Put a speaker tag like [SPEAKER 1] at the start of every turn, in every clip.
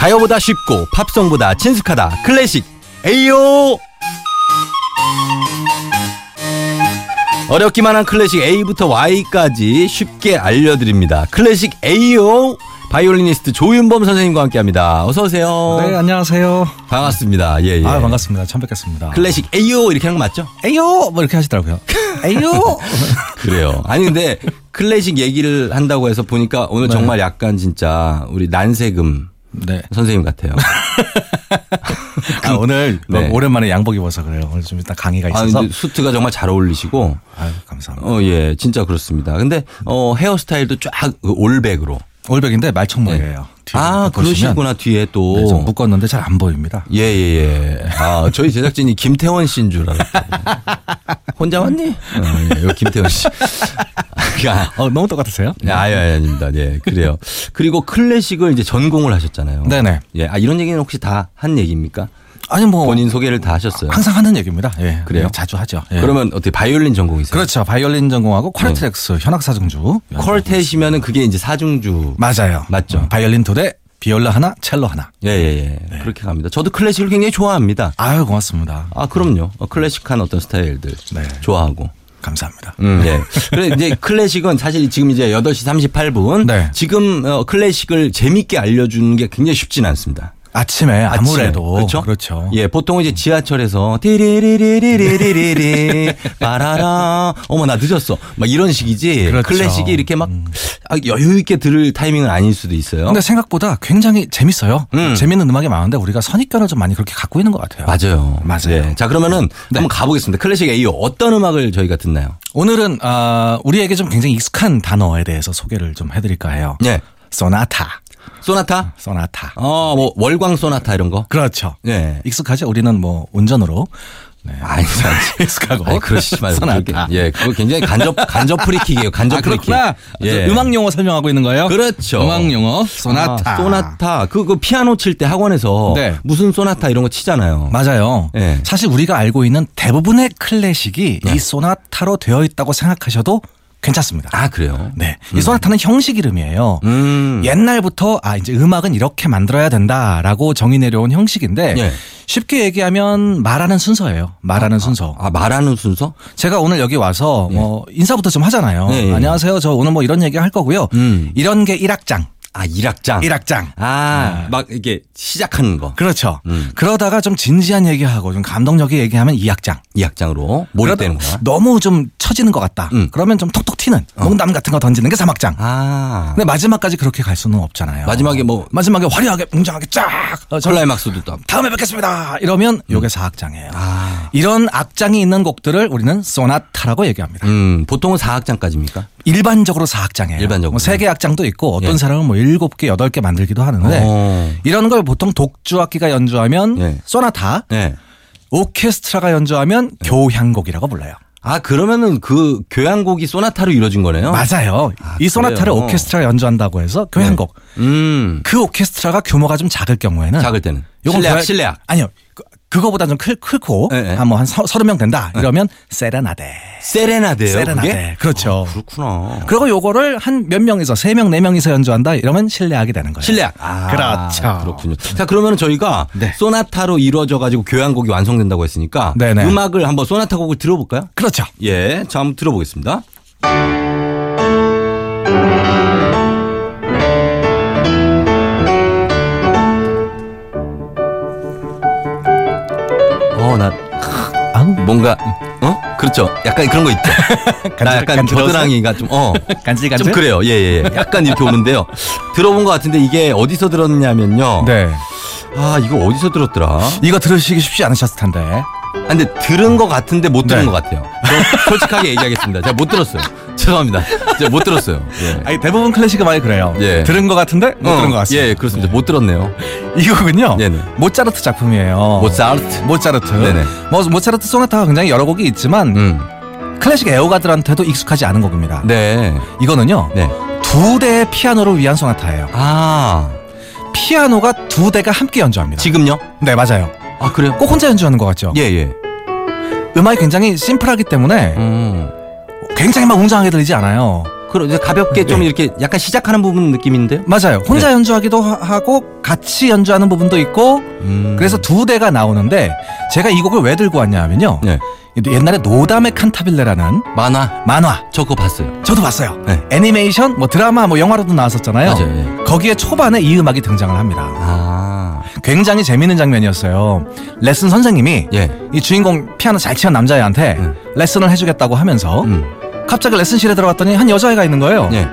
[SPEAKER 1] 노래보다 쉽고 팝송보다 친숙하다 클래식 에이오 어렵기만 한 클래식 A부터 Y까지 쉽게 알려드립니다 클래식 에이오 바이올리니스트 조윤범 선생님과 함께합니다 어서 오세요
[SPEAKER 2] 네, 안녕하세요.
[SPEAKER 1] 반갑습니다 예예
[SPEAKER 2] 아, 반갑습니다. 처음 뵙겠습니다.
[SPEAKER 1] 클래식 에이오 이렇게 하는 거 맞죠?
[SPEAKER 2] 에이요! 뭐 이렇게 하시더라고요. 에이요!
[SPEAKER 1] 그래요. 아니 근데 클래식 얘기를 한다고 해서 보니까 오늘 정말 약간 진짜 우리 난세금
[SPEAKER 2] 네.
[SPEAKER 1] 선생님 같아요.
[SPEAKER 2] 아, 오늘
[SPEAKER 1] 네.
[SPEAKER 2] 오랜만에 양복 입어서 그래요. 오늘 좀 일단 강의가
[SPEAKER 1] 아
[SPEAKER 2] 있어서.
[SPEAKER 1] 근데 수트가 정말 잘 어울리시고
[SPEAKER 2] 아유, 감사합니다.
[SPEAKER 1] 어 예 진짜 그렇습니다. 근데 어 헤어스타일도 쫙그 올백으로
[SPEAKER 2] 올백인데 말총머리예요. 뒤에
[SPEAKER 1] 아
[SPEAKER 2] 보시면.
[SPEAKER 1] 그러시구나 뒤에 또
[SPEAKER 2] 네, 좀 묶었는데 잘 안 보입니다.
[SPEAKER 1] 예, 예, 예. 아, 저희 제작진이 김태원 씨인 줄 알았다고. 혼자 왔니?
[SPEAKER 2] 네,
[SPEAKER 1] 어, 예, 여기 김태원 씨. 아,
[SPEAKER 2] 어, 너무 똑같으세요?
[SPEAKER 1] 네, 아유, 아유, 아닙니다. 예, 그래요. 그리고 클래식을 이제 전공을 하셨잖아요.
[SPEAKER 2] 네네.
[SPEAKER 1] 예, 아, 이런 얘기는 혹시 다 한 얘기입니까?
[SPEAKER 2] 아니, 뭐.
[SPEAKER 1] 본인 소개를 다 하셨어요.
[SPEAKER 2] 항상 하는 얘기입니다. 예.
[SPEAKER 1] 그래요?
[SPEAKER 2] 자주 하죠. 예.
[SPEAKER 1] 그러면 어떻게 바이올린 전공이세요?
[SPEAKER 2] 그렇죠. 바이올린 전공하고 쿼르트렉스, 현악사중주.
[SPEAKER 1] 퀄텟이면은 그게 이제 사중주.
[SPEAKER 2] 맞아요.
[SPEAKER 1] 맞죠.
[SPEAKER 2] 어, 바이올린 두 대, 비올라 하나, 첼로 하나.
[SPEAKER 1] 예, 예,
[SPEAKER 2] 네.
[SPEAKER 1] 예. 그렇게 갑니다. 저도 클래식을 굉장히 좋아합니다.
[SPEAKER 2] 아유, 고맙습니다.
[SPEAKER 1] 아, 그럼요. 어, 클래식한 어떤 스타일들
[SPEAKER 2] 네.
[SPEAKER 1] 좋아하고.
[SPEAKER 2] 감사합니다.
[SPEAKER 1] 음, 예. 그래 이제 클래식은 사실 지금 이제 8시 38분.
[SPEAKER 2] 네.
[SPEAKER 1] 지금 어, 클래식을 재밌게 알려주는 게 굉장히 쉽진 않습니다.
[SPEAKER 2] 아침에 아무래도
[SPEAKER 1] 아침에. 그렇죠?
[SPEAKER 2] 그렇죠.
[SPEAKER 1] 예, 보통은 이제 지하철에서 디리리리리리리리 빠라라. 어머 나 늦었어. 막 이런 식이지.
[SPEAKER 2] 그렇죠.
[SPEAKER 1] 클래식이 이렇게 막 아, 여유 있게 들을 타이밍은 아닐 수도 있어요.
[SPEAKER 2] 근데 생각보다 굉장히 재밌어요.
[SPEAKER 1] 음.
[SPEAKER 2] 재밌는 음악이 많은데 우리가 선입견을 좀 많이 그렇게 갖고 있는 것 같아요.
[SPEAKER 1] 맞아요. 예.
[SPEAKER 2] 맞아요. 네.
[SPEAKER 1] 자, 그러면은 한번 가보겠습니다. 클래식 AO 어떤 음악을 저희가 듣나요?
[SPEAKER 2] 오늘은 아, 우리에게 좀 굉장히 익숙한 단어에 대해서 소개를 좀 해드릴까 해요.
[SPEAKER 1] 예.
[SPEAKER 2] 소나타,
[SPEAKER 1] 소나타?
[SPEAKER 2] 소나타.
[SPEAKER 1] 어, 뭐 월광 소나타 이런 거?
[SPEAKER 2] 그렇죠.
[SPEAKER 1] 예.
[SPEAKER 2] 익숙하죠. 우리는 뭐 운전으로 네.
[SPEAKER 1] 아니, 아니.
[SPEAKER 2] 익숙하고.
[SPEAKER 1] 아니, 그러시지 말고.
[SPEAKER 2] 어? 소나타.
[SPEAKER 1] 그렇게- 예, 그거 굉장히 간접, 간접 프리킥이에요. 간접
[SPEAKER 2] 아,
[SPEAKER 1] 프리킥.
[SPEAKER 2] 그렇구나.
[SPEAKER 1] 예.
[SPEAKER 2] 음악 용어 설명하고 있는 거예요.
[SPEAKER 1] 그렇죠.
[SPEAKER 2] 음악 용어
[SPEAKER 1] 아,
[SPEAKER 2] 소나타.
[SPEAKER 1] 소나타. 그, 그 피아노 칠 때 학원에서
[SPEAKER 2] 네.
[SPEAKER 1] 무슨 소나타 이런 거 치잖아요.
[SPEAKER 2] 맞아요.
[SPEAKER 1] 예. 네.
[SPEAKER 2] 사실 우리가 알고 있는 대부분의 클래식이 이 소나타로 되어 있다고 생각하셔도 괜찮습니다.
[SPEAKER 1] 아, 그래요?
[SPEAKER 2] 네. 이 소나타는 형식 이름이에요.
[SPEAKER 1] 음.
[SPEAKER 2] 옛날부터 아 이제 음악은 이렇게 만들어야 된다라고 정의 내려온 형식인데
[SPEAKER 1] 예.
[SPEAKER 2] 쉽게 얘기하면 말하는 순서예요. 말하는 순서.
[SPEAKER 1] 아, 말하는 순서?
[SPEAKER 2] 제가 오늘 여기 와서 뭐 인사부터 좀 하잖아요.
[SPEAKER 1] 예, 예.
[SPEAKER 2] 안녕하세요. 저 오늘 뭐 이런 얘기 할 거고요.
[SPEAKER 1] 음.
[SPEAKER 2] 이런 게 1악장.
[SPEAKER 1] 아, 일악장.
[SPEAKER 2] 1악장.
[SPEAKER 1] 아, 막 이렇게 시작하는 거.
[SPEAKER 2] 그렇죠.
[SPEAKER 1] 음.
[SPEAKER 2] 그러다가 좀 진지한 얘기하고 좀 감동적인 얘기하면 2악장.
[SPEAKER 1] 이 악장으로 몰입되는 거야.
[SPEAKER 2] 너무 좀 처지는 것 같다.
[SPEAKER 1] 음. 어.
[SPEAKER 2] 그러면 좀 톡톡 튀는 농담 같은 거 던지는 게 사막장.
[SPEAKER 1] 아.
[SPEAKER 2] 근데 마지막까지 그렇게 갈 수는 없잖아요.
[SPEAKER 1] 마지막에 뭐-
[SPEAKER 2] 마지막에 화려하게 웅장하게 쫙 어, 저-
[SPEAKER 1] 클라이막스도 또. 아.
[SPEAKER 2] 다음에 뵙겠습니다.
[SPEAKER 1] 음.
[SPEAKER 2] 이러면 요게 사악장이에요. 이런 악장이 있는 곡들을 우리는 소나타라고 얘기합니다.
[SPEAKER 1] 음, 보통은 4악장까지입니까?
[SPEAKER 2] 일반적으로 사악장이에요.
[SPEAKER 1] 일반적으로.
[SPEAKER 2] 뭐 세개 악장도 있고 어떤
[SPEAKER 1] 예.
[SPEAKER 2] 사람은 뭐 일곱 개, 여덟 개 만들기도 하는데
[SPEAKER 1] 어.
[SPEAKER 2] 이런 걸 보통 독주악기가 연주하면
[SPEAKER 1] 예. 예.
[SPEAKER 2] 소나타,
[SPEAKER 1] 네.
[SPEAKER 2] 오케스트라가 연주하면 교향곡이라고 불러요.
[SPEAKER 1] 아, 그러면은 그 교향곡이 소나타로 이루어진 거네요?
[SPEAKER 2] 맞아요. 이 소나타를
[SPEAKER 1] 그래요? 네.
[SPEAKER 2] 오케스트라가 연주한다고 해서 교향곡.
[SPEAKER 1] 음.
[SPEAKER 2] 그 오케스트라가 규모가 좀 작을 경우에는
[SPEAKER 1] 작을 때는.
[SPEAKER 2] 요건
[SPEAKER 1] 실내악,
[SPEAKER 2] 교향-
[SPEAKER 1] 실내악.
[SPEAKER 2] 아니요. 그- 그거보다 좀 클, 크고
[SPEAKER 1] 예, 예.
[SPEAKER 2] 한 뭐 한 서른 명 된다. 이러면 세레나데.
[SPEAKER 1] 세레나데요.
[SPEAKER 2] 세레나데.
[SPEAKER 1] 네. 그게?
[SPEAKER 2] 그렇죠.
[SPEAKER 1] 아, 그렇구나.
[SPEAKER 2] 그리고 요거를 한 몇 명에서 세 명, 네 명이서 연주한다. 이러면 실내악이 되는 거예요.
[SPEAKER 1] 실내악.
[SPEAKER 2] 그렇죠.
[SPEAKER 1] 아, 그렇군요. 자, 그러면 저희가
[SPEAKER 2] 네.
[SPEAKER 1] 소나타로 이루어져 가지고 교향곡이 완성된다고 했으니까
[SPEAKER 2] 네네.
[SPEAKER 1] 음악을 한번 소나타 곡을 들어볼까요?
[SPEAKER 2] 그렇죠.
[SPEAKER 1] 예, 자 한번 들어보겠습니다. 어, 나
[SPEAKER 2] 아우.
[SPEAKER 1] 뭔가 어? 그렇죠. 약간 그런 거 있죠. 나 약간
[SPEAKER 2] 간지러워서?
[SPEAKER 1] 겨드랑이가 좀 어.
[SPEAKER 2] 간질간질.
[SPEAKER 1] 좀 그래요. 예, 예. 예. 약간 이렇게 오는데요. 들어본 것 같은데 이게 어디서 들었냐면요.
[SPEAKER 2] 네.
[SPEAKER 1] 아, 이거 어디서 들었더라?
[SPEAKER 2] 이거 들으시기 쉽지 않으셨을 텐데.
[SPEAKER 1] 아, 근데 들은 것 같은데 못 들은
[SPEAKER 2] 네.
[SPEAKER 1] 것 같아요. 저 솔직하게 얘기하겠습니다. 제가 못 들었어요. 죄송합니다. 제가 못 들었어요. 예.
[SPEAKER 2] 아니, 대부분 클래식 음악이 그래요.
[SPEAKER 1] 예.
[SPEAKER 2] 들은 것 같은데 못
[SPEAKER 1] 어,
[SPEAKER 2] 들은 것 같습니다. 어.
[SPEAKER 1] 예, 그렇습니다. 못 들었네요. 예,
[SPEAKER 2] 이 곡은요.
[SPEAKER 1] 네네.
[SPEAKER 2] 모차르트 작품이에요.
[SPEAKER 1] 모차르트.
[SPEAKER 2] 모차르트.
[SPEAKER 1] 네네.
[SPEAKER 2] 뭐, 모차르트 소나타가 굉장히 여러 곡이 있지만
[SPEAKER 1] 음.
[SPEAKER 2] 클래식 애호가들한테도 익숙하지 않은 곡입니다.
[SPEAKER 1] 네.
[SPEAKER 2] 이거는요.
[SPEAKER 1] 네.
[SPEAKER 2] 두 대의 피아노를 위한 소나타예요.
[SPEAKER 1] 아,
[SPEAKER 2] 피아노가 두 대가 함께 연주합니다.
[SPEAKER 1] 지금요?
[SPEAKER 2] 네, 맞아요.
[SPEAKER 1] 아, 그래요?
[SPEAKER 2] 꼭 혼자 연주하는 것 같죠?
[SPEAKER 1] 예, 예.
[SPEAKER 2] 음악이 굉장히 심플하기 때문에
[SPEAKER 1] 음.
[SPEAKER 2] 굉장히 막 웅장하게 들리지 않아요.
[SPEAKER 1] 그럼 이제
[SPEAKER 2] 네.
[SPEAKER 1] 가볍게 좀 이렇게 약간 시작하는 부분 느낌인데요?
[SPEAKER 2] 맞아요. 혼자 연주하기도 하- 하고 같이 연주하는 부분도 있고
[SPEAKER 1] 네. 음.
[SPEAKER 2] 그래서 두 대가 나오는데 제가 이 곡을 왜 들고 왔냐면요.
[SPEAKER 1] 네.
[SPEAKER 2] 옛날에 노담의 칸타빌레라는
[SPEAKER 1] 만화
[SPEAKER 2] 만화
[SPEAKER 1] 저 그거 봤어요.
[SPEAKER 2] 저도 봤어요.
[SPEAKER 1] 네.
[SPEAKER 2] 애니메이션, 뭐 드라마, 뭐 영화로도 나왔었잖아요.
[SPEAKER 1] 맞아요. 예.
[SPEAKER 2] 거기에 초반에 이 음악이 등장을 합니다.
[SPEAKER 1] 아.
[SPEAKER 2] 굉장히 재밌는 장면이었어요. 레슨 선생님이
[SPEAKER 1] 예.
[SPEAKER 2] 이 주인공 피아노 잘 치는 남자애한테
[SPEAKER 1] 음.
[SPEAKER 2] 레슨을 해주겠다고 하면서
[SPEAKER 1] 음.
[SPEAKER 2] 갑자기 레슨실에 들어갔더니 한 여자애가 있는 거예요.
[SPEAKER 1] 예.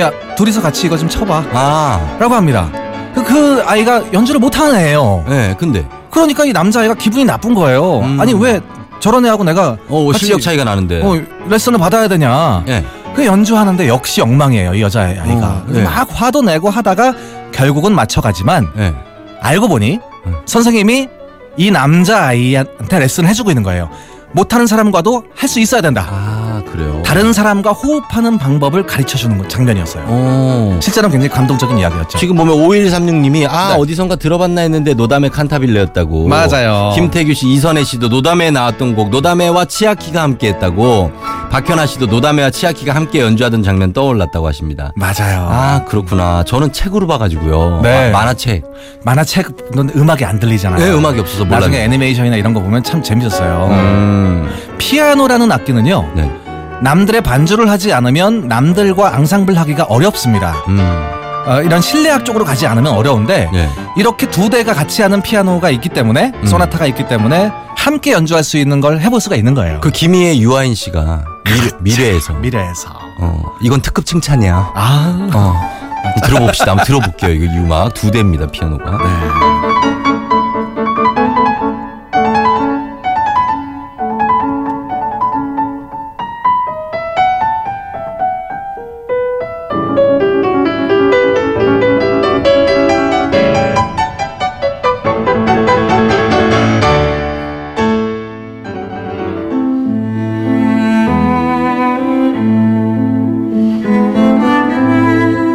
[SPEAKER 2] 야, 둘이서 같이 이거 좀 쳐봐.
[SPEAKER 1] 아.
[SPEAKER 2] 라고 합니다. 그, 그 아이가 연주를 못하는 애예요.
[SPEAKER 1] 예. 근데
[SPEAKER 2] 그러니까 이 남자애가 기분이 나쁜 거예요.
[SPEAKER 1] 음.
[SPEAKER 2] 아니, 왜 저런 애하고 내가
[SPEAKER 1] 어,
[SPEAKER 2] 같이-
[SPEAKER 1] 실력 차이가 나는데.
[SPEAKER 2] 어, 레슨을 받아야 되냐.
[SPEAKER 1] 예.
[SPEAKER 2] 그 연주하는데 역시 엉망이에요, 이 여자아이가.
[SPEAKER 1] 어, 네.
[SPEAKER 2] 막 화도 내고 하다가 결국은 맞춰가지만
[SPEAKER 1] 예.
[SPEAKER 2] 알고 보니
[SPEAKER 1] 음.
[SPEAKER 2] 선생님이 이 남자아이한테 레슨을 해주고 있는 거예요. 못하는 사람과도 할 수 있어야 된다.
[SPEAKER 1] 아, 그래요.
[SPEAKER 2] 다른 사람과 호흡하는 방법을 가르쳐주는 거- 장면이었어요.
[SPEAKER 1] 어.
[SPEAKER 2] 실제로 굉장히 감동적인 이야기였죠.
[SPEAKER 1] 지금 보면 5136님이 아
[SPEAKER 2] 네.
[SPEAKER 1] 어디선가 들어봤나 했는데 노담의 칸타빌레였다고. 어.
[SPEAKER 2] 맞아요.
[SPEAKER 1] 김태규 씨, 이선혜 씨도 노담에 나왔던 곡 노담에와 치아키가 함께했다고. 박현아 씨도 노담에와 치아키가 함께 연주하던 장면 떠올랐다고 하십니다.
[SPEAKER 2] 맞아요.
[SPEAKER 1] 아 그렇구나. 저는 책으로 봐가지고요.
[SPEAKER 2] 네.
[SPEAKER 1] 아, 만화책.
[SPEAKER 2] 만화책 넌 음악이 안 들리잖아요.
[SPEAKER 1] 네, 음악이 없어서 몰라요.
[SPEAKER 2] 나중에 애니메이션이나 이런 거 보면 참 재밌었어요.
[SPEAKER 1] 음.
[SPEAKER 2] 피아노라는 악기는요.
[SPEAKER 1] 네.
[SPEAKER 2] 남들의 반주를 하지 않으면 남들과 앙상블 하기가 어렵습니다.
[SPEAKER 1] 음.
[SPEAKER 2] 어, 이런 실내악 쪽으로 가지 않으면 어려운데
[SPEAKER 1] 예.
[SPEAKER 2] 이렇게 두 대가 같이 하는 피아노가 있기 때문에
[SPEAKER 1] 음.
[SPEAKER 2] 소나타가 있기 때문에 함께 연주할 수 있는 걸 해볼 수가 있는 거예요.
[SPEAKER 1] 그 김희애 유아인 씨가 미래, 에서
[SPEAKER 2] 미래에서
[SPEAKER 1] 어 이건 특급 칭찬이야.
[SPEAKER 2] 아
[SPEAKER 1] 어. 들어봅시다. 한번 들어볼게요. 이거 이 음악 두 대입니다. 피아노가.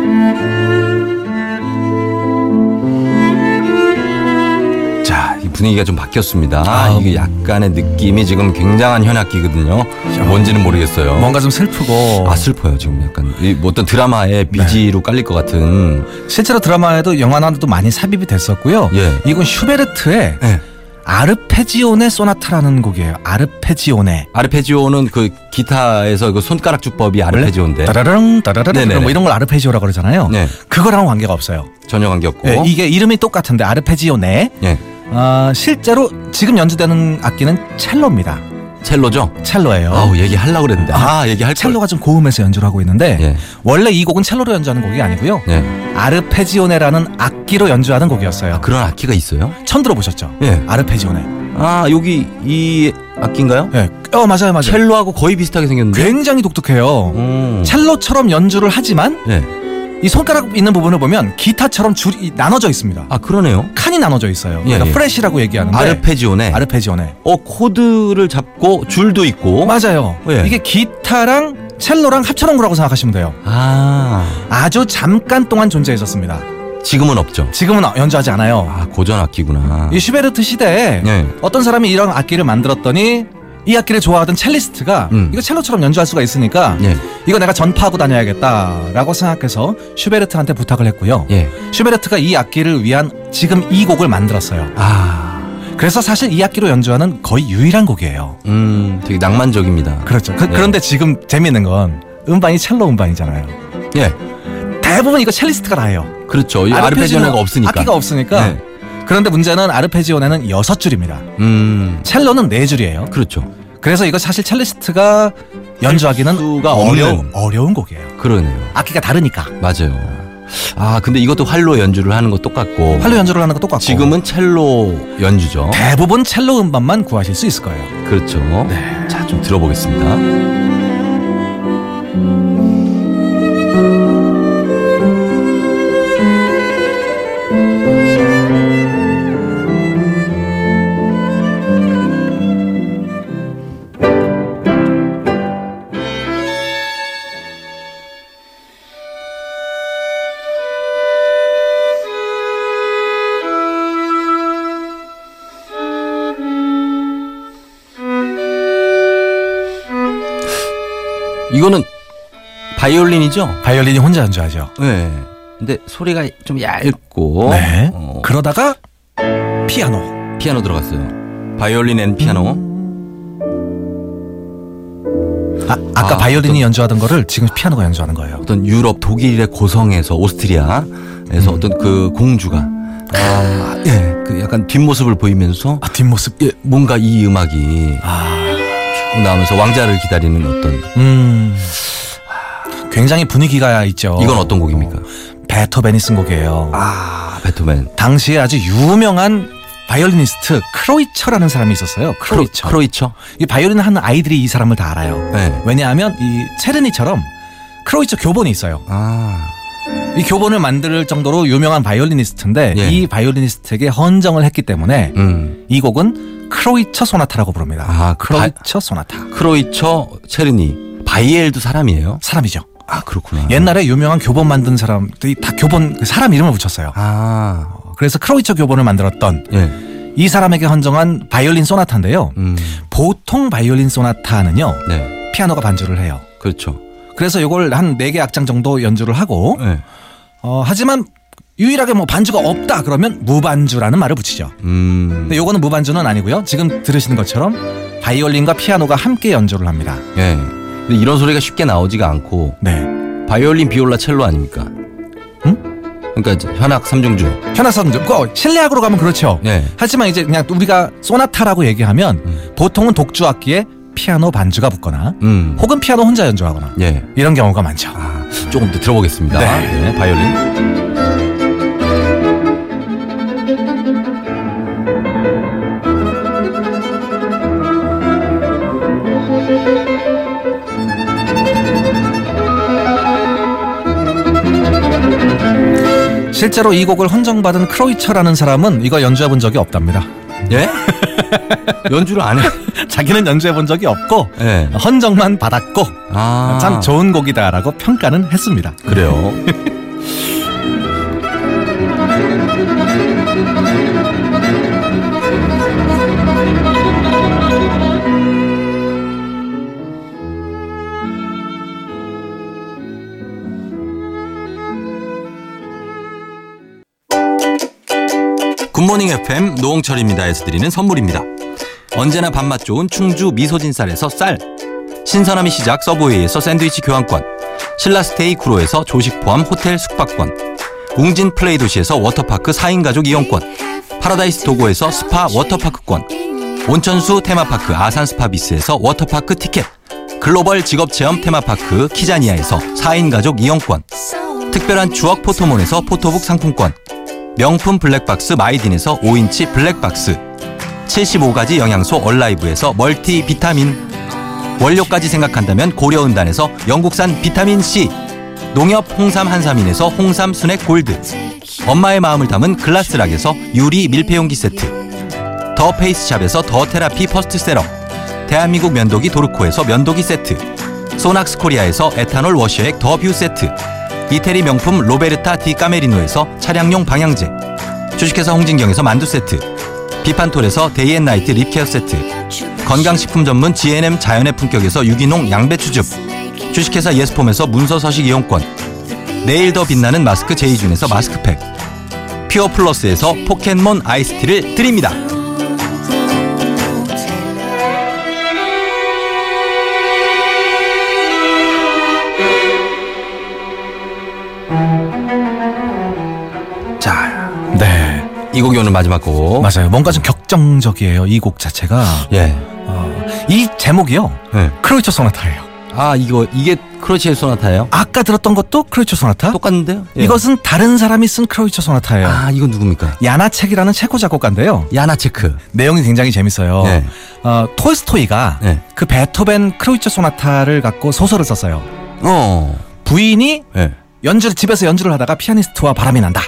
[SPEAKER 1] 네. 자, 이 분위기가 좀 바뀌었습니다. 아,
[SPEAKER 2] 아우.
[SPEAKER 1] 이게 약간의 느낌이 지금 굉장한 현악기거든요. 뭔지는 모르겠어요.
[SPEAKER 2] 뭔가 좀 슬프고
[SPEAKER 1] 아 슬퍼요 지금 약간 이뭐 어떤 드라마의 BG로 깔릴 것 같은
[SPEAKER 2] 실제로 드라마에도 영화나도 많이 삽입이 됐었고요.
[SPEAKER 1] 예.
[SPEAKER 2] 이건 슈베르트의
[SPEAKER 1] 예.
[SPEAKER 2] 아르페지오네 소나타라는 곡이에요. 아르페지오네
[SPEAKER 1] 아르페지오는 그 기타에서 그 손가락 주법이 아르페지오인데
[SPEAKER 2] 따라랑 따라랑
[SPEAKER 1] 네네네.
[SPEAKER 2] 뭐 이런 걸 아르페지오라고 그러잖아요.
[SPEAKER 1] 네
[SPEAKER 2] 그거랑 은 관계가 없어요.
[SPEAKER 1] 전혀 관계 없고
[SPEAKER 2] 예, 이게 이름이 똑같은데 아르페지오네
[SPEAKER 1] 예
[SPEAKER 2] 아, 실제로 지금 연주되는 악기는 첼로입니다.
[SPEAKER 1] 첼로죠.
[SPEAKER 2] 첼로예요.
[SPEAKER 1] 아우 얘기하려 고 그랬는데 어. 아 얘기할 걸.
[SPEAKER 2] 첼로가 좀 고음에서 연주를 하고 있는데
[SPEAKER 1] 예.
[SPEAKER 2] 원래 이 곡은 첼로로 연주하는 곡이 아니고요.
[SPEAKER 1] 예.
[SPEAKER 2] 아르페지오네라는 악기로 연주하는 곡이었어요.
[SPEAKER 1] 아, 그런 악기가 있어요?
[SPEAKER 2] 처음 들어보셨죠?
[SPEAKER 1] 예.
[SPEAKER 2] 아르페지오네.
[SPEAKER 1] 아 여기 이 악기인가요?
[SPEAKER 2] 예. 어, 맞아요, 맞아요.
[SPEAKER 1] 첼로하고 네. 음. 거의 비슷하게 생겼는데.
[SPEAKER 2] 굉장히 독특해요.
[SPEAKER 1] 오.
[SPEAKER 2] 음. 첼로처럼 연주를 하지만
[SPEAKER 1] 예.
[SPEAKER 2] 이 손가락 있는 부분을 보면 기타처럼 줄이 나눠져 있습니다.
[SPEAKER 1] 아 그러네요.
[SPEAKER 2] 칸이 나눠져 있어요.
[SPEAKER 1] 예,
[SPEAKER 2] 그러니까
[SPEAKER 1] 예.
[SPEAKER 2] 프레시라고 얘기하는데
[SPEAKER 1] 아르페지오네.
[SPEAKER 2] 아르페지오네.
[SPEAKER 1] 어 코드를 잡고 줄도 있고.
[SPEAKER 2] 맞아요.
[SPEAKER 1] 예.
[SPEAKER 2] 이게 기타랑 첼로랑 합쳐놓은 거라고 생각하시면 돼요.
[SPEAKER 1] 아
[SPEAKER 2] 아주 잠깐 동안 존재했었습니다.
[SPEAKER 1] 지금은 없죠.
[SPEAKER 2] 지금은 어, 연주하지 않아요.
[SPEAKER 1] 아 고전 악기구나.
[SPEAKER 2] 이 슈베르트 시대에
[SPEAKER 1] 예.
[SPEAKER 2] 어떤 사람이 이런 악기를 만들었더니 이 악기를 좋아하던 첼리스트가
[SPEAKER 1] 음.
[SPEAKER 2] 이거 첼로처럼 연주할 수가 있으니까
[SPEAKER 1] 예.
[SPEAKER 2] 이거 내가 전파하고 다녀야겠다라고 생각해서 슈베르트한테 부탁을 했고요.
[SPEAKER 1] 예.
[SPEAKER 2] 슈베르트가 이 악기를 위한 지금 이 곡을 만들었어요.
[SPEAKER 1] 아.
[SPEAKER 2] 그래서 사실 이 악기로 연주하는 거의 유일한 곡이에요.
[SPEAKER 1] 음 되게 낭만적입니다.
[SPEAKER 2] 그렇죠. 그,
[SPEAKER 1] 네.
[SPEAKER 2] 런데 지금 재밌는 건 음반이 첼로 음반이잖아요.
[SPEAKER 1] 예.
[SPEAKER 2] 대부분 이거 첼리스트가 다 해요.
[SPEAKER 1] 그렇죠. 이 아르페지오네가 없으니까.
[SPEAKER 2] 악기가 없으니까.
[SPEAKER 1] 네.
[SPEAKER 2] 그런데 문제는 아르페지오네는 여섯 줄입니다.
[SPEAKER 1] 음.
[SPEAKER 2] 첼로는 네 줄이에요.
[SPEAKER 1] 그렇죠.
[SPEAKER 2] 그래서 이거 사실 첼리스트가 연주하기는
[SPEAKER 1] 수가
[SPEAKER 2] 어려운
[SPEAKER 1] 어려운.
[SPEAKER 2] 어려운 곡이에요.
[SPEAKER 1] 그러네요.
[SPEAKER 2] 악기가 다르니까
[SPEAKER 1] 맞아요. 아 근데 이것도 활로 연주를 하는 거 똑같고.
[SPEAKER 2] 활로 연주를 하는 거 똑같고
[SPEAKER 1] 지금은 첼로 연주죠.
[SPEAKER 2] 대부분 첼로 음반만 구하실 수 있을 거예요.
[SPEAKER 1] 그렇죠.
[SPEAKER 2] 네.
[SPEAKER 1] 자, 좀 들어보겠습니다. 이거는 바이올린이죠?
[SPEAKER 2] 바이올린이 혼자 연주하죠.
[SPEAKER 1] 네. 근데 소리가 좀 얇고
[SPEAKER 2] 네.
[SPEAKER 1] 어,
[SPEAKER 2] 그러다가 피아노.
[SPEAKER 1] 피아노 들어갔어요. 바이올린 앤 피아노.
[SPEAKER 2] 음. 아, 아까
[SPEAKER 1] 아,
[SPEAKER 2] 바이올린이 연주하던 거를 지금 피아노가 연주하는 거예요.
[SPEAKER 1] 어떤 유럽 독일의 고성에서
[SPEAKER 2] 음.
[SPEAKER 1] 오스트리아에서 어떤 그 공주가 아, 예, 그 약간 뒷모습을 보이면서
[SPEAKER 2] 아, 뒷모습.
[SPEAKER 1] 예, 뭔가 이 음악이
[SPEAKER 2] 아,
[SPEAKER 1] 쭉 나오면서 왕자를 기다리는 어떤
[SPEAKER 2] 음. 굉장히 분위기가 있죠.
[SPEAKER 1] 이건 어떤 곡입니까?
[SPEAKER 2] 베토벤이 쓴 곡이에요.
[SPEAKER 1] 아 베토벤
[SPEAKER 2] 당시에 아주 유명한 바이올리니스트 크로이처라는 사람이 있었어요. 크로이처.
[SPEAKER 1] 크로이처
[SPEAKER 2] 이 바이올린 하는 아이들이 이 사람을 다 알아요.
[SPEAKER 1] 네.
[SPEAKER 2] 왜냐하면 이 체르니처럼 크로이처 교본이 있어요.
[SPEAKER 1] 아
[SPEAKER 2] 이 교본을 만들 정도로 유명한 바이올리니스트인데
[SPEAKER 1] 예.
[SPEAKER 2] 이 바이올리니스트에게 헌정을 했기 때문에
[SPEAKER 1] 음.
[SPEAKER 2] 이 곡은 크로이처 소나타라고 부릅니다.
[SPEAKER 1] 아,
[SPEAKER 2] 크로이처 소나타.
[SPEAKER 1] 크로이처 체르니 바이엘도 사람이에요?
[SPEAKER 2] 사람이죠.
[SPEAKER 1] 아 그렇구나
[SPEAKER 2] 옛날에 유명한 교본 만든 사람들이 다 교본 그 사람 이름을 붙였어요.
[SPEAKER 1] 아
[SPEAKER 2] 그래서 크로이처 교본을 만들었던
[SPEAKER 1] 예.
[SPEAKER 2] 이 사람에게 헌정한 바이올린 소나타인데요.
[SPEAKER 1] 음.
[SPEAKER 2] 보통 바이올린 소나타는요.
[SPEAKER 1] 네.
[SPEAKER 2] 피아노가 반주를 해요.
[SPEAKER 1] 그렇죠.
[SPEAKER 2] 그래서 이걸 한 네 개 악장 정도 연주를 하고
[SPEAKER 1] 예.
[SPEAKER 2] 어, 하지만 유일하게 뭐 반주가 없다 그러면 무반주라는 말을 붙이죠.
[SPEAKER 1] 음.
[SPEAKER 2] 근데 요거는 무반주는 아니고요. 지금 들으시는 것처럼 바이올린과 피아노가 함께 연주를 합니다.
[SPEAKER 1] 예. 근데 이런 소리가 쉽게 나오지가 않고
[SPEAKER 2] 네.
[SPEAKER 1] 바이올린, 비올라, 첼로 아닙니까? 응? 그러니까 이제 현악 삼중주.
[SPEAKER 2] 현악성 듣고 실내악으로 가면 그렇죠.
[SPEAKER 1] 네.
[SPEAKER 2] 하지만 이제 그냥 우리가 소나타라고 얘기하면
[SPEAKER 1] 음.
[SPEAKER 2] 보통은 독주 악기에 피아노 반주가 붙거나
[SPEAKER 1] 음.
[SPEAKER 2] 혹은 피아노 혼자 연주하거나
[SPEAKER 1] 예.
[SPEAKER 2] 이런 경우가 많죠.
[SPEAKER 1] 아, 조금 더 들어보겠습니다.
[SPEAKER 2] 네.
[SPEAKER 1] 네, 바이올린.
[SPEAKER 2] 실제로 이 곡을 헌정받은 크로이처라는 사람은 이거 연주해 본 적이 없답니다.
[SPEAKER 1] 예? 연주를 안 해.
[SPEAKER 2] 자기는 연주해 본 적이 없고
[SPEAKER 1] 예.
[SPEAKER 2] 헌정만 받았고
[SPEAKER 1] 아.
[SPEAKER 2] 참 좋은 곡이다라고 평가는 했습니다.
[SPEAKER 1] 그래요. 굿모닝 FM 노홍철입니다에서 드리는 선물입니다. 언제나 밥맛 좋은 충주 미소진 쌀에서 쌀 신선함이 시작 서브웨이에서 샌드위치 교환권 신라스테이 구로에서 조식 포함 호텔 숙박권 웅진 플레이 도시에서 워터파크 4인 가족 이용권 파라다이스 도고에서 스파 워터파크권 온천수 테마파크 아산 스파비스에서 워터파크 티켓 글로벌 직업체험 테마파크 키자니아에서 4인 가족 이용권 특별한 추억 포토몬에서 포토북 상품권 명품 블랙박스 마이딘에서 5인치 블랙박스 75가지 영양소 얼라이브에서 멀티 비타민 원료까지 생각한다면 고려은단에서 영국산 비타민C 농협 홍삼 한삼인에서 홍삼 스낵 골드 엄마의 마음을 담은 글라스락에서 유리 밀폐용기 세트 더 페이스샵에서 더 테라피 퍼스트 세럼 대한민국 면도기 도르코에서 면도기 세트 소낙스 코리아에서 에탄올 워셔액 더 뷰 세트 이태리 명품 로베르타 디 까메리노에서 차량용 방향제 주식회사 홍진경에서 만두 세트 비판톨에서 데이앤나이트 립케어 세트 건강식품 전문 GNM 자연의 품격에서 유기농 양배추즙 주식회사 예스폼에서 문서 서식 이용권 내일 더 빛나는 마스크 제이준에서 마스크팩 피어 플러스에서 포켓몬 아이스티를 드립니다 자,
[SPEAKER 2] 네.
[SPEAKER 1] 이 곡이 오늘 마지막 곡
[SPEAKER 2] 맞아요. 뭔가 좀 격정적이에요. 이 곡 자체가
[SPEAKER 1] 예.
[SPEAKER 2] 어, 이 제목이요.
[SPEAKER 1] 네.
[SPEAKER 2] 크로이처 소나타예요.
[SPEAKER 1] 아, 이거 이게 크로치의 소나타예요?
[SPEAKER 2] 아까 들었던 것도 크로이처 소나타.
[SPEAKER 1] 똑같은데요? 예.
[SPEAKER 2] 아? 이것은 다른 사람이 쓴 크로이처 소나타예요.
[SPEAKER 1] 아, 이건 누굽니까?
[SPEAKER 2] 야나책이라는 체코 작곡가인데요.
[SPEAKER 1] 야나체크.
[SPEAKER 2] 내용이 굉장히 재밌어요.
[SPEAKER 1] 네.
[SPEAKER 2] 어, 톨스토이가
[SPEAKER 1] 네.
[SPEAKER 2] 그 베토벤 크로이처 소나타를 갖고 소설을 썼어요.
[SPEAKER 1] 어.
[SPEAKER 2] 부인이
[SPEAKER 1] 예.
[SPEAKER 2] 연주를 집에서 연주를 하다가 피아니스트와 바람이 난다.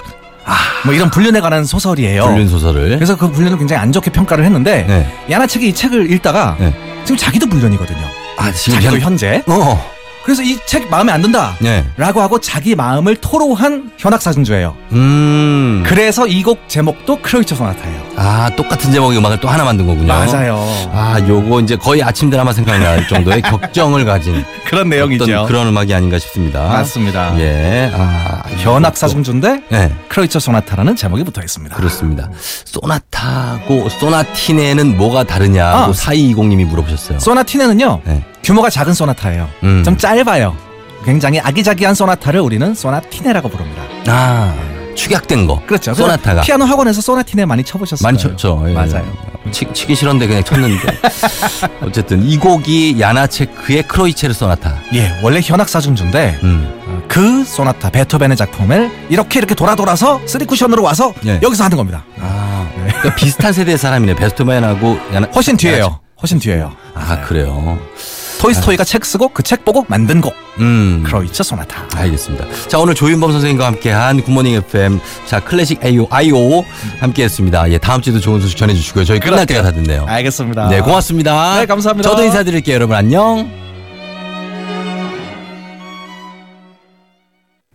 [SPEAKER 2] 아, 뭐 이런 불륜에 관한 소설이에요.
[SPEAKER 1] 불륜 소설을.
[SPEAKER 2] 그래서 그 불륜을 굉장히 안 좋게 평가를 했는데
[SPEAKER 1] 네.
[SPEAKER 2] 야나책이 이 책을 읽다가
[SPEAKER 1] 네.
[SPEAKER 2] 지금 자기도 불륜이거든요.
[SPEAKER 1] 아,
[SPEAKER 2] 자기도 현재.
[SPEAKER 1] 어.
[SPEAKER 2] 그래서 이 책 마음에 안 든다.
[SPEAKER 1] 네.
[SPEAKER 2] 라고 하고 자기 마음을 토로한 현악사진주예요.
[SPEAKER 1] 음.
[SPEAKER 2] 그 그래서 이 곡 제목도 크로이처 소나타예요.
[SPEAKER 1] 아, 똑같은 제목의 음악을 또 하나 만든 거군요.
[SPEAKER 2] 맞아요.
[SPEAKER 1] 아, 요거 이제 거의 아침 드라마 생각날 정도의 격정을 가진
[SPEAKER 2] 그런 내용이죠.
[SPEAKER 1] 어떤 그런 음악이 아닌가 싶습니다.
[SPEAKER 2] 맞습니다.
[SPEAKER 1] 예. 아,
[SPEAKER 2] 견학사중주인데
[SPEAKER 1] 또- 예.
[SPEAKER 2] 크로이처 소나타라는 제목이 붙어 있습니다.
[SPEAKER 1] 그렇죠. 그렇습니다. 소나타고 소나티네는 뭐가 다르냐고
[SPEAKER 2] 아.
[SPEAKER 1] 4220님이 물어보셨어요.
[SPEAKER 2] 소나티네는요
[SPEAKER 1] 네.
[SPEAKER 2] 규모가 작은 소나타예요.
[SPEAKER 1] 음.
[SPEAKER 2] 좀 짧아요. 굉장히 아기자기한 소나타를 우리는 소나티네라고 부릅니다.
[SPEAKER 1] 아, 축약된 거.
[SPEAKER 2] 그렇죠. 그래서
[SPEAKER 1] 소나타가.
[SPEAKER 2] 피아노 학원에서 소나티네 많이 쳐보셨어요.
[SPEAKER 1] 많이 쳤죠. 예.
[SPEAKER 2] 맞아요.
[SPEAKER 1] 치, 치기 싫었는데 그냥 쳤는데. 어쨌든 이 곡이 야나체크의 크로이체르 소나타.
[SPEAKER 2] 예, 원래 현악사중주인데
[SPEAKER 1] 음.
[SPEAKER 2] 어, 그 소나타 베토벤의 작품을 이렇게 이렇게 돌아 돌아서 쓰리 쿠션으로 와서
[SPEAKER 1] 예.
[SPEAKER 2] 여기서 하는 겁니다.
[SPEAKER 1] 아, 그러니까 비슷한 세대의 사람이네. 베스트맨하고 야나.
[SPEAKER 2] 네. 훨씬
[SPEAKER 1] 네,
[SPEAKER 2] 뒤에요. 훨씬 뒤에요.
[SPEAKER 1] 아, 그래요.
[SPEAKER 2] 토이스토이가 책 쓰고 그 책 보고 만든 곡
[SPEAKER 1] 네. 음.
[SPEAKER 2] 크로이처 소나타.
[SPEAKER 1] 알겠습니다. 자, 오늘 조윤범 선생님과 함께한 굿모닝 FM, 자, 클래식 AO, IO 함께 했습니다. 예, 다음 주에도 좋은 소식 전해주시고요. 저희 끝날 때가 다 됐네요.
[SPEAKER 2] 알겠습니다.
[SPEAKER 1] 네, 고맙습니다.
[SPEAKER 2] 아. 네, 감사합니다.
[SPEAKER 1] 저도 인사드릴게요, 여러분. 안녕.